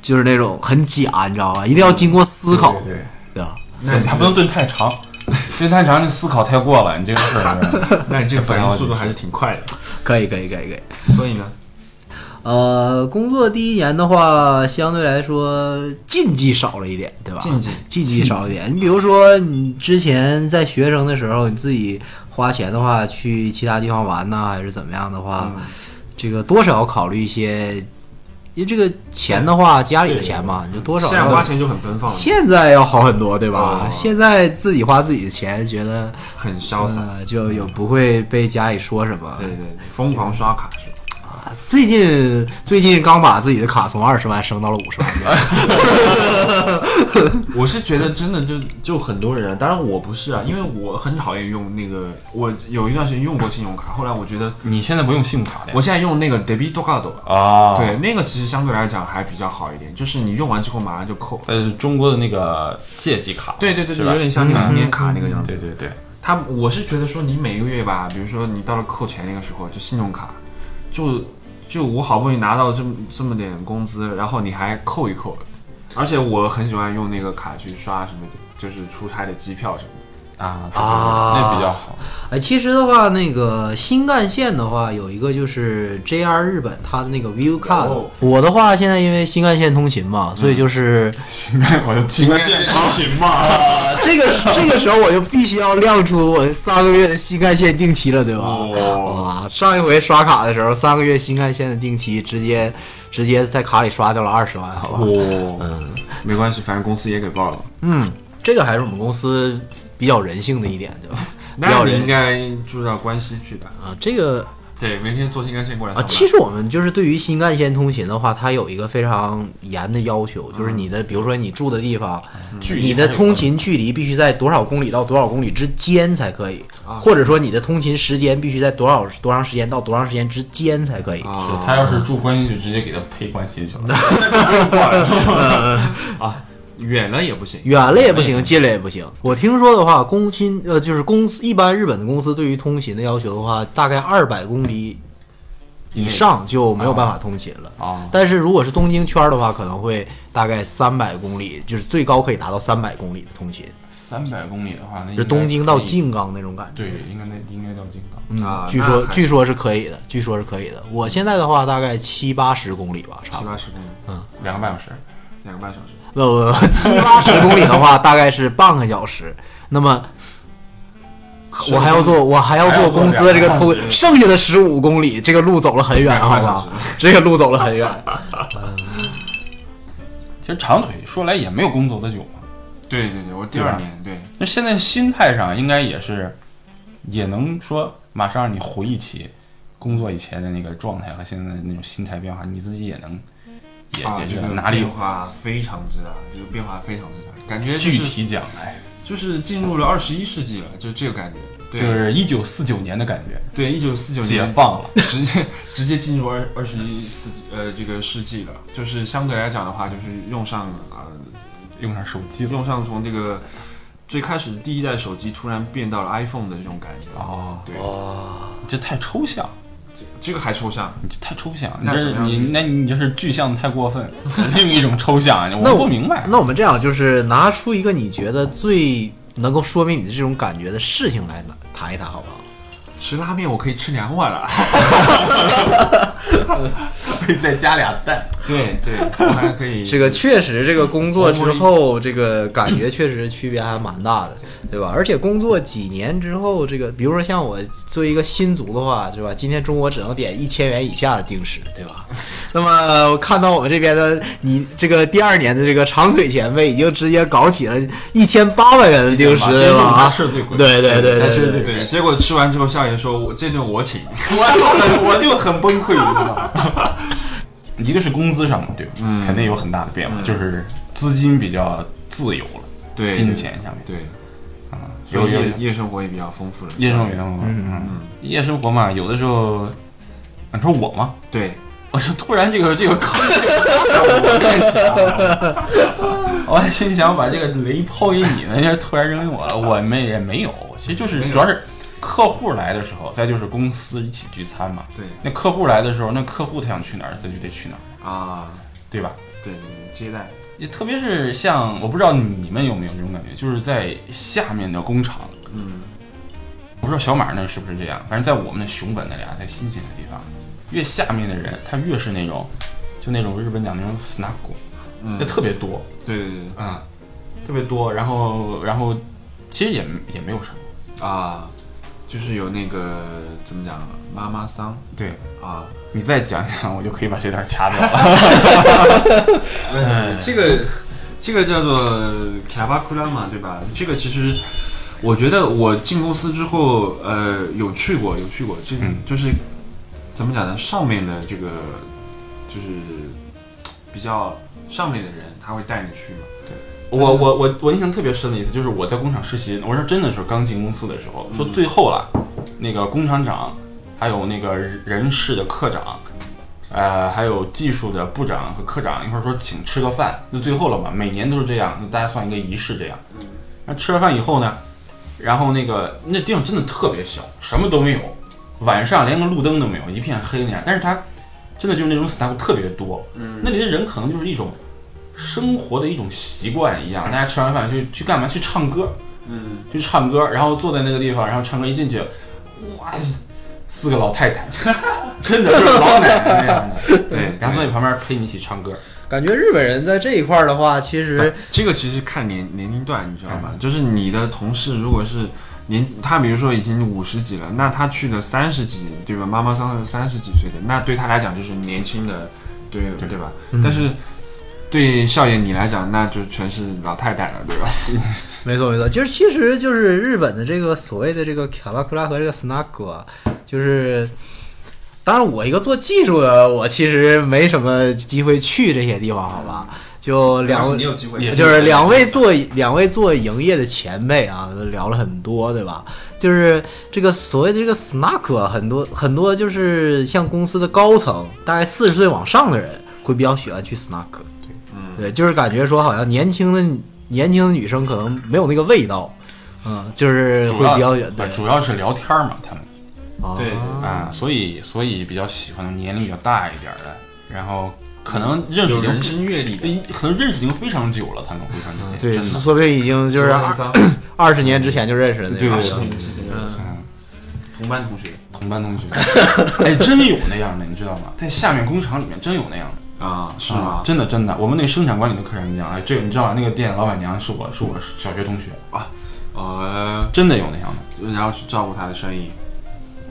就是那种很假，你知道吧？一定要经过思考，对，对吧？那还不能炖太长， (laughs) 时间太长，你思考太过了，你这个事儿那你这个反应速度还是挺快的。可以可以可以可以。所以呢，呃，工作第一年的话，相对来说禁忌少了一点，嗯对吧？禁忌禁忌少一点。你比如说，你之前在学生的时候，你自己花钱的话，去其他地方玩呐，还是怎么样的啊话，嗯这个多少考虑一些，因为这个钱的话，家里的钱嘛，你就多少嗯现在花要。钱就很奔放了，现在要好很多，对吧？哦现在自己花自己的钱，觉得很潇洒。嗯呃就有不会被家里说什么。对对对，疯狂刷卡是吧？最近最近刚把自己的卡从二十万升到了五十万，嗯我是觉得真的就就很多人啊，当然我不是啊，因为我很讨厌用那个，我有一段时间用过信用卡，后来我觉得 (laughs) 你现在不用信用卡了呀我现在用那个 debit card，啊？，对，那个其实相对来讲还比较好一点，就是你用完之后马上就扣。呃，中国的那个借记卡，对对对是对，吧嗯有？点像那个银联卡那个样子。对对对，他我是觉得说你每个月吧，比如说你到了扣钱那个时候，就信用卡，就就我好不容易拿到这么这么点工资，然后你还扣一扣，而且我很喜欢用那个卡去刷什么的，就是出差的机票什么的。 (laughs) 啊对对对啊那比较好。哎，其实的话，那个新干线的话，有一个就是 JR 日本它的那个 View Card 有。我的话，现在因为新干线通勤嘛，所以就是、我就情感线通勤 (laughs) 嘛，啊，这个这个时候我就必须要亮出我三个月的新干线定期了，对吧？哦，哇，上一回刷卡的时候，三个月新干线的定期，直接直接在卡里刷掉了二十万，好吧？嗯，没关系，反正公司也给报了。嗯，这个还是我们公司比较人性的一点，对吧？比那较你应人该住到关西去吧？啊，这个对，明天坐新干线过来啊，上班。其实我们就是对于新干线通勤的话，它有一个非常严的要求，就是你的，比如说你住的地方，距离你的通勤距离必须在多少公里到多少公里之间才可以，啊或者说你的通勤时间必须在多少多长时间到多长时间之间才可以。啊，是他要是住关系就直接给他配关系去了。 (laughs) 啊，远了也不行。远了也不行，近了也不行。我听说的话，工薪呃，就是公司一般日本的公司对于通勤的要求的话，大概二百公里以上就没有办法通勤了。啊，但是如果是东京圈儿的话，可能会大概三百公里，就是最高可以达到三百公里的通勤，三百公里的话，那应就该东京到可以，静冈那种感觉。对，应该那应该到静冈。啊嗯，据那说还据说是可以的，据说是可以的。我现在的话大概七八十公里吧，差七不多。八十公里，两个半小时，两个半小时。不不不，七八十公里的话大概是半个小时。那么。我还要坐，我还要坐公司的这个还要坐通，两个剩下的十五公里，这个路走了很远，两个好半吧小？这个路走了很远。其实长腿说来也没有工作的久嘛。对对对，我第对吧二年对那现在心态上应该也是，也能说马上让你回忆起工作以前的那个状态和现在的那种心态变化，你自己也能也啊，也这是个哪里变有化非常之大，这个变化非常之大，感觉就是具体讲哎来，就是进入了二十一世纪了，就这个感觉。对、就是一九四九年的感觉，对，一九四九解年放了。 (laughs) 直接直接进入二二十一世纪呃这个世纪了，就是相对来讲的话，就是用上呃用上手机了用上从这个最开始第一代手机突然变到了 iPhone 的这种感觉。哦，对，哇，你这太抽象，这个还抽象，你这太抽象，你那这怎是么样你那你这是具象太过 (laughs) 分，另一种抽象，那我我不明白。那我们这样，就是拿出一个你觉得最能够说明你的这种感觉的事情来谈一谈，好不好？吃拉面我可以吃两碗了。 (laughs) 可以再加俩蛋，对对，我还可以这个确实，这个工作之后，这个感觉确实区别还蛮大的，对吧？而且工作几年之后，这个比如说像我作为一个新族的话，对吧？今天中国只能点一千元以下的定时，对吧？ (laughs) 那么我看到我们这边的你这个第二年的这个长腿前辈已经直接搞起了一千八百元的定时，对吧？啊是最贵的。对对对但对是对对，对，结果吃完之后，少爷说：“我这顿我请。我就很我就很崩溃，你知道吗？ (laughs) 一个是工资上嘛，对吧？嗯肯定有很大的变化，就是资金比较自由了，”对，金钱上面对，啊，所有以有夜夜生活也比较丰富了。夜生活，嗯，夜生活嘛，有的时候，你说我嘛，对， (laughs) 我说突然这个这个坑， (laughs) 这个站起来了，我还心想把这个雷抛给你呢，就是突然扔给我 (laughs) 了，我们也没有，其实就是没有主要是客户来的时候，再就是公司一起聚餐嘛。对那客户来的时候，那客户他想去哪儿，他就得去哪儿，啊，对吧？对对对，接待也特别是像我不知道你们有没有这种感觉，就是在下面的工厂，嗯，我不知道小马那是不是这样，反正在我们的熊本那俩，在新鲜的地方，越下面的人他越是那种，就那种日本讲那种 snug，嗯就特别多，对对对啊、特别多。然后，然后其实也也没有什么，对啊，就是有那个怎么讲，妈妈桑对啊，你再讲讲，我就可以把这段掐掉了。哎，这个这个叫做卡巴库拉嘛，对吧？这个其实我觉得我进公司之后，呃，有去过，有去过，这嗯就是怎么讲呢？上面的这个就是比较上面的人，他会带你去嘛。我我我我印象特别深的一次就是我在工厂实习，我是真的是刚进公司的时候，说最后了，那个工厂长，还有那个人事的科长，呃，还有技术的部长和科长一块儿说请吃个饭，就最后了嘛，每年都是这样，就大家算一个仪式这样。那吃完饭以后呢，然后那个那地方真的特别小，什么都没有，晚上连个路灯都没有，一片黑那样，但是它真的就是那种 staff 特别多，嗯那里的人可能就是一种生活的一种习惯一样，大家吃完饭去去干嘛？去唱歌，嗯，去唱歌，然后坐在那个地方，然后唱歌一进去，哇，四个老太太， (laughs) 真的就是老奶奶那样的，对，然后坐在旁边陪你一起唱歌。感觉日本人在这一块儿的话，(laughs) 其实这个其实看年年龄段，你知道吗？就是你的同事如果是年，他比如说已经五十几了，那他去的三十几，对吧？妈妈桑是三十几岁的，那对他来讲就是年轻的，对对对吧？嗯但是对少爷你来讲，那就全是老太太了，对吧？没错没错，就是其实就是日本的这个所谓的这个卡巴库拉和这个 snug，啊就是。当然，我一个做技术的，我其实没什么机会去这些地方，好吧？就两位，有机会也就是两位做两位做营业的前辈啊，都聊了很多，对吧？就是这个所谓的这个 snack，啊，很多很多就是像公司的高层，大概四十岁往上的人会比较喜欢去 snack，嗯对，就是感觉说好像年轻的年轻的女生可能没有那个味道，嗯，就是主会要比较远，不对是，主要是聊天嘛，他们啊对啊，所以所以比较喜欢年龄比较大一点的，然后可能认识已有经人呃生阅历的，可能认识已经非常久了，他们互相之间对，真的。说不定已经就是妈妈二桑二十年之前就认识了那对种，对是的是的嗯嗯同班同学同班同学， (laughs) 哎，真有那样的，你知道吗？在下面工厂里面真有那样的，啊，是啊吗？真的真的，我们那个生产管理的课上讲，哎，这个你知道吗？那个店老板娘是我是我小学同学，呃，真的有那样的，然后去照顾他的生意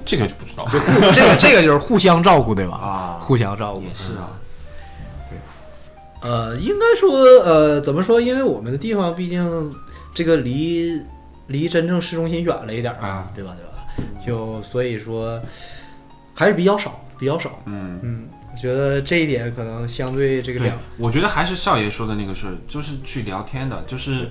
这个就不知道。这个这个就是互相照顾，对吧？啊，互相照顾也是啊，呃，应该说，呃，怎么说？因为我们的地方毕竟这个离离真正市中心远了一点儿嘛，啊对吧？对吧？就所以说还是比较少，比较少。嗯。嗯，我觉得这一点可能相对这个对两，我觉得还是少爷说的那个事儿，就是去聊天的，就是，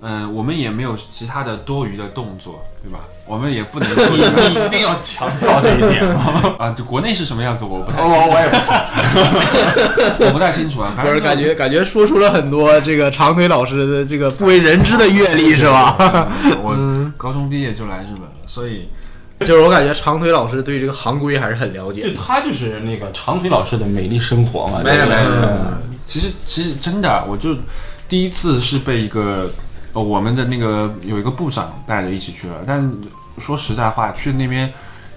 嗯、我们也没有其他的多余的动作，对吧？我们也不能说 (laughs) 你 (laughs) 一定要强调这一点吗？啊，就国内是什么样子，我不哦太我我也不知道。 (laughs) 我不太清楚啊，反不是正感觉感觉说出了很多这个长腿老师的这个不为人知的阅历，是吧？嗯我高中毕业就来日本了，所以 (laughs) 就是我感觉长腿老师对这个行规还是很了解 (laughs) 就。他就是那个长腿老师的美丽生活嘛。没有啊对没吧嗯有没有，其实其实真的，啊我就第一次是被一个呃我们的那个有一个部长带着一起去了，但说实在话，去那边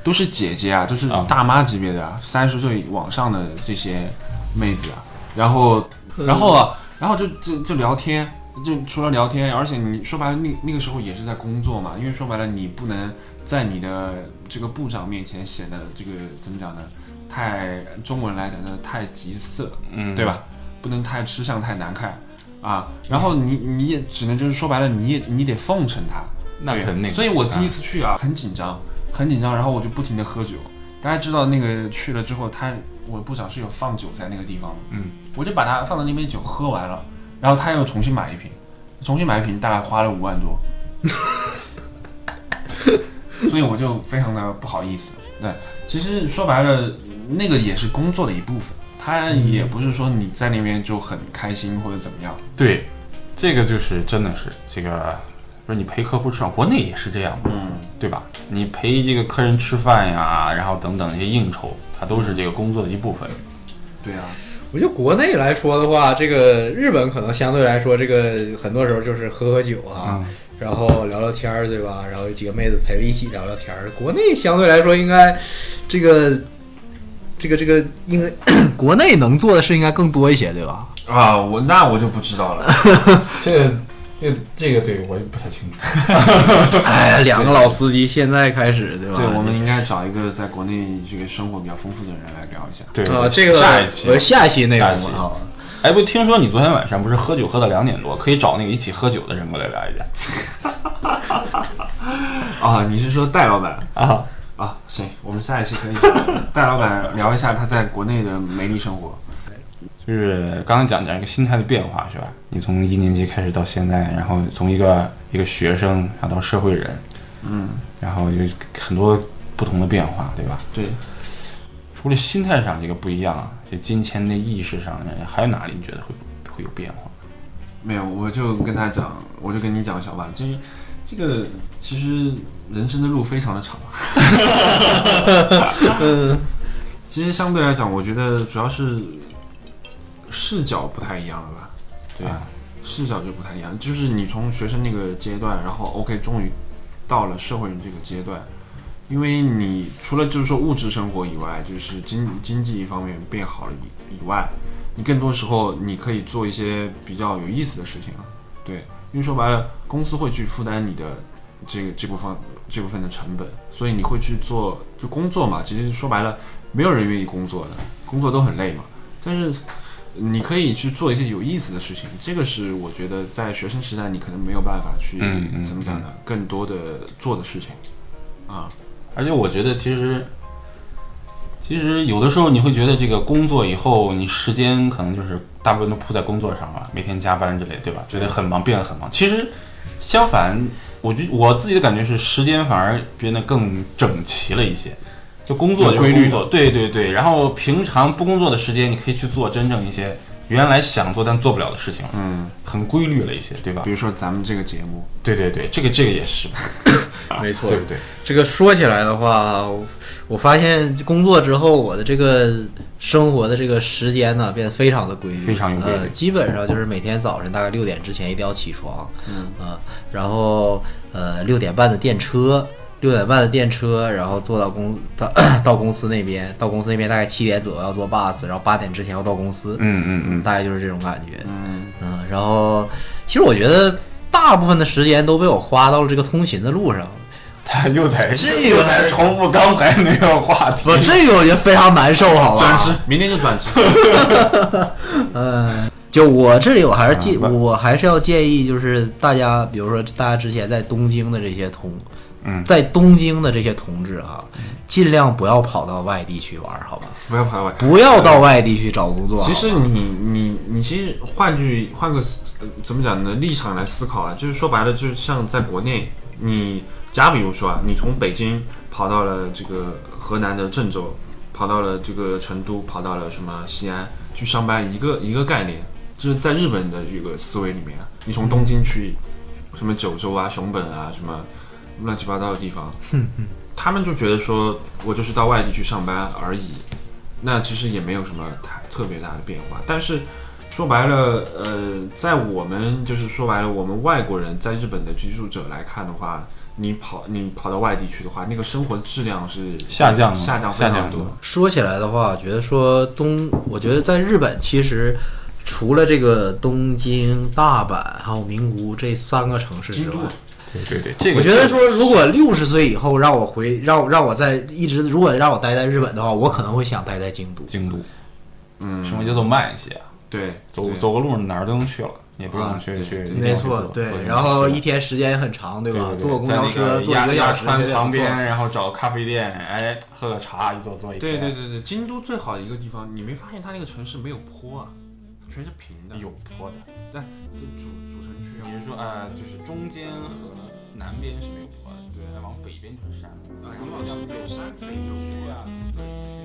都是姐姐啊，就是啊大妈级别的啊，三十岁往上的这些妹子啊，然后嗯然后啊，然后就就就聊天，就除了聊天，而且你说白了，那那个时候也是在工作嘛，因为说白了，你不能在你的这个部长面前显得这个怎么讲呢？太中文来讲就是太急色，嗯，对？吧？不能太吃相太难看啊。然后你你也只能就是说白了，你也你得奉承他。那对肯定。嗯所以我第一次，次去啊，很紧张，很紧张，然后我就不停的喝酒。大家知道那个去了之后，他我部长是有放酒在那个地方的，嗯，我就把他放的那杯酒喝完了，然后他又重新买一瓶，重新买一瓶大概花了五 (laughs) 万多，所以我就非常的不好意思。对，其实说白了，那个也是工作的一部分，他嗯也不是说你在那边就很开心或者怎么样，对，这个就是真的是这个，不是你陪客户吃饭，国内也是这样嘛。嗯，对吧？你陪这个客人吃饭呀，然后等等这些应酬，它都是这个工作的一部分。对啊，我觉得国内来说的话，这个日本可能相对来说，这个很多时候就是喝喝酒啊，然后聊聊天儿，对吧？然后有几个妹子陪一起聊聊天儿。国内相对来说应该这个这个这个应该 (coughs) 国内能做的事应该更多一些，对吧？啊，我那我就不知道了。这这这个对我也不太清楚。哎，两个老司机现在开始，对吧？对，我们应该找一个在国内这个生活比较丰富的人来聊一下。对啊，这个下一期我。下一期内容下一期啊，好哎，不，听说你昨天晚上不是喝酒喝到两点多，可以找那个一起喝酒的人过来聊一聊啊，你是说戴老板啊？啊？行，我们下一期可以找戴老板聊一下他在国内的美丽生活。就是刚刚讲讲一个心态的变化，是吧？你从一年级开始到现在，然后从一个一个学生，然后到社会人，嗯，然后就很多不同的变化，对吧？对，除了心态上这个不一样啊，这金钱的意识上，还有哪里你觉得会会有变化？没有，我就跟他讲，我就跟你讲，小婉，这这个其实人生的路非常的长。 (laughs) 其实相对来讲，我觉得主要是视角不太一样了吧？对啊视角就不太一样。就是你从学生那个阶段，然后 OK，终于到了社会人这个阶段，因为你除了就是说物质生活以外，就是经经济方面变好了以以外，你更多时候你可以做一些比较有意思的事情了。对，因为说白了，公司会去负担你的这个这部分这部分的成本，所以你会去做就工作嘛。其实说白了，没有人愿意工作的，工作都很累嘛。但是你可以去做一些有意思的事情，这个是我觉得在学生时代你可能没有办法去、嗯嗯怎么讲呢，更多的做的事情啊。而且我觉得其实，其实有的时候你会觉得这个工作以后，你时间可能就是大部分都扑在工作上了，每天加班之类，对吧？觉得很忙，变得很忙。其实相反，我就我自己的感觉是，时间反而变得更整齐了一些。就工作就是有规律工作，对对对。然后平常不工作的时间，你可以去做真正一些原来想做但做不了的事情，嗯，很规律了一些，对吧比？如说咱们这个节目，对对对，这个这个也是，没错对，不对？这个说起来的话，我我发现工作之后，我的这个生活的这个时间呢，变得非常的规律，非常有规律呃，基本上就是每天早晨大概六点之前一定要起床，嗯啊、然后呃六点半的电车，六点半的电车，然后坐到公到 (clears throat) 到公司那边，到公司那边大概七点左右要坐 bus，然后八点之前要到公司，嗯嗯嗯。大概就是这种感觉，嗯，嗯，然后其实我觉得大部分的时间都被我花到了这个通勤的路上。他又在这个又在重复刚才那个话题不，。这个我觉得非常难受，好吧？转职，明天就转职。就我这里，我还是建，啊不我还是要建议，就是大家，比如说大家之前在东京的这些同，嗯在东京的这些同志啊，尽量不要跑到外地去玩儿，好吧？ (laughs) 不要跑外。不要到外地去找工作。其实好吧你你你其实换句换个思呃怎么讲呢立场来思考啊，就是说白了，就是像在国内，你假比如说啊，你从北京跑到了这个河南的郑州，跑到了这个成都，跑到了什么西安去上班，一个一个概念，就是在日本的这个思维里面啊，你从东嗯京去什么九州啊、熊本啊什么乱七八糟的地方，他们就觉得说我就是到外地去上班而已，那其实也没有什么太特别大的变化。但是说白了，呃，在我们就是说白了，我们外国人在日本的居住者来看的话，你跑你跑到外地去的话，那个生活质量是下降了下降非下常降多多。说起来的话，我觉得说东，我觉得在日本其实。除了这个东京、大阪还有名古屋这三个城市之京外都，对对对，这个我觉得说，如果六十岁以后让我回让让我在一直如果让我待在日本的话，我可能会想待在京都。京都嗯，生活节奏慢一些啊，对，走对走个路哪儿都能去了，也不用啊去对去。对一定没要去错坐，对，然后一天时间也很长，对对吧？对对坐个公交在那车个坐一个鸭小时，川绝对不旁错边，然后找个咖啡店，哎，喝个茶，一坐坐一对天。对对对，京都最好的一个地方，你没发现它那个城市没有坡啊，全是平的，有坡的。但就主主城区啊比，如说呃，就是中间和南边是没有坡的，对，往北边就是山。啊，有山可以有区啊，对。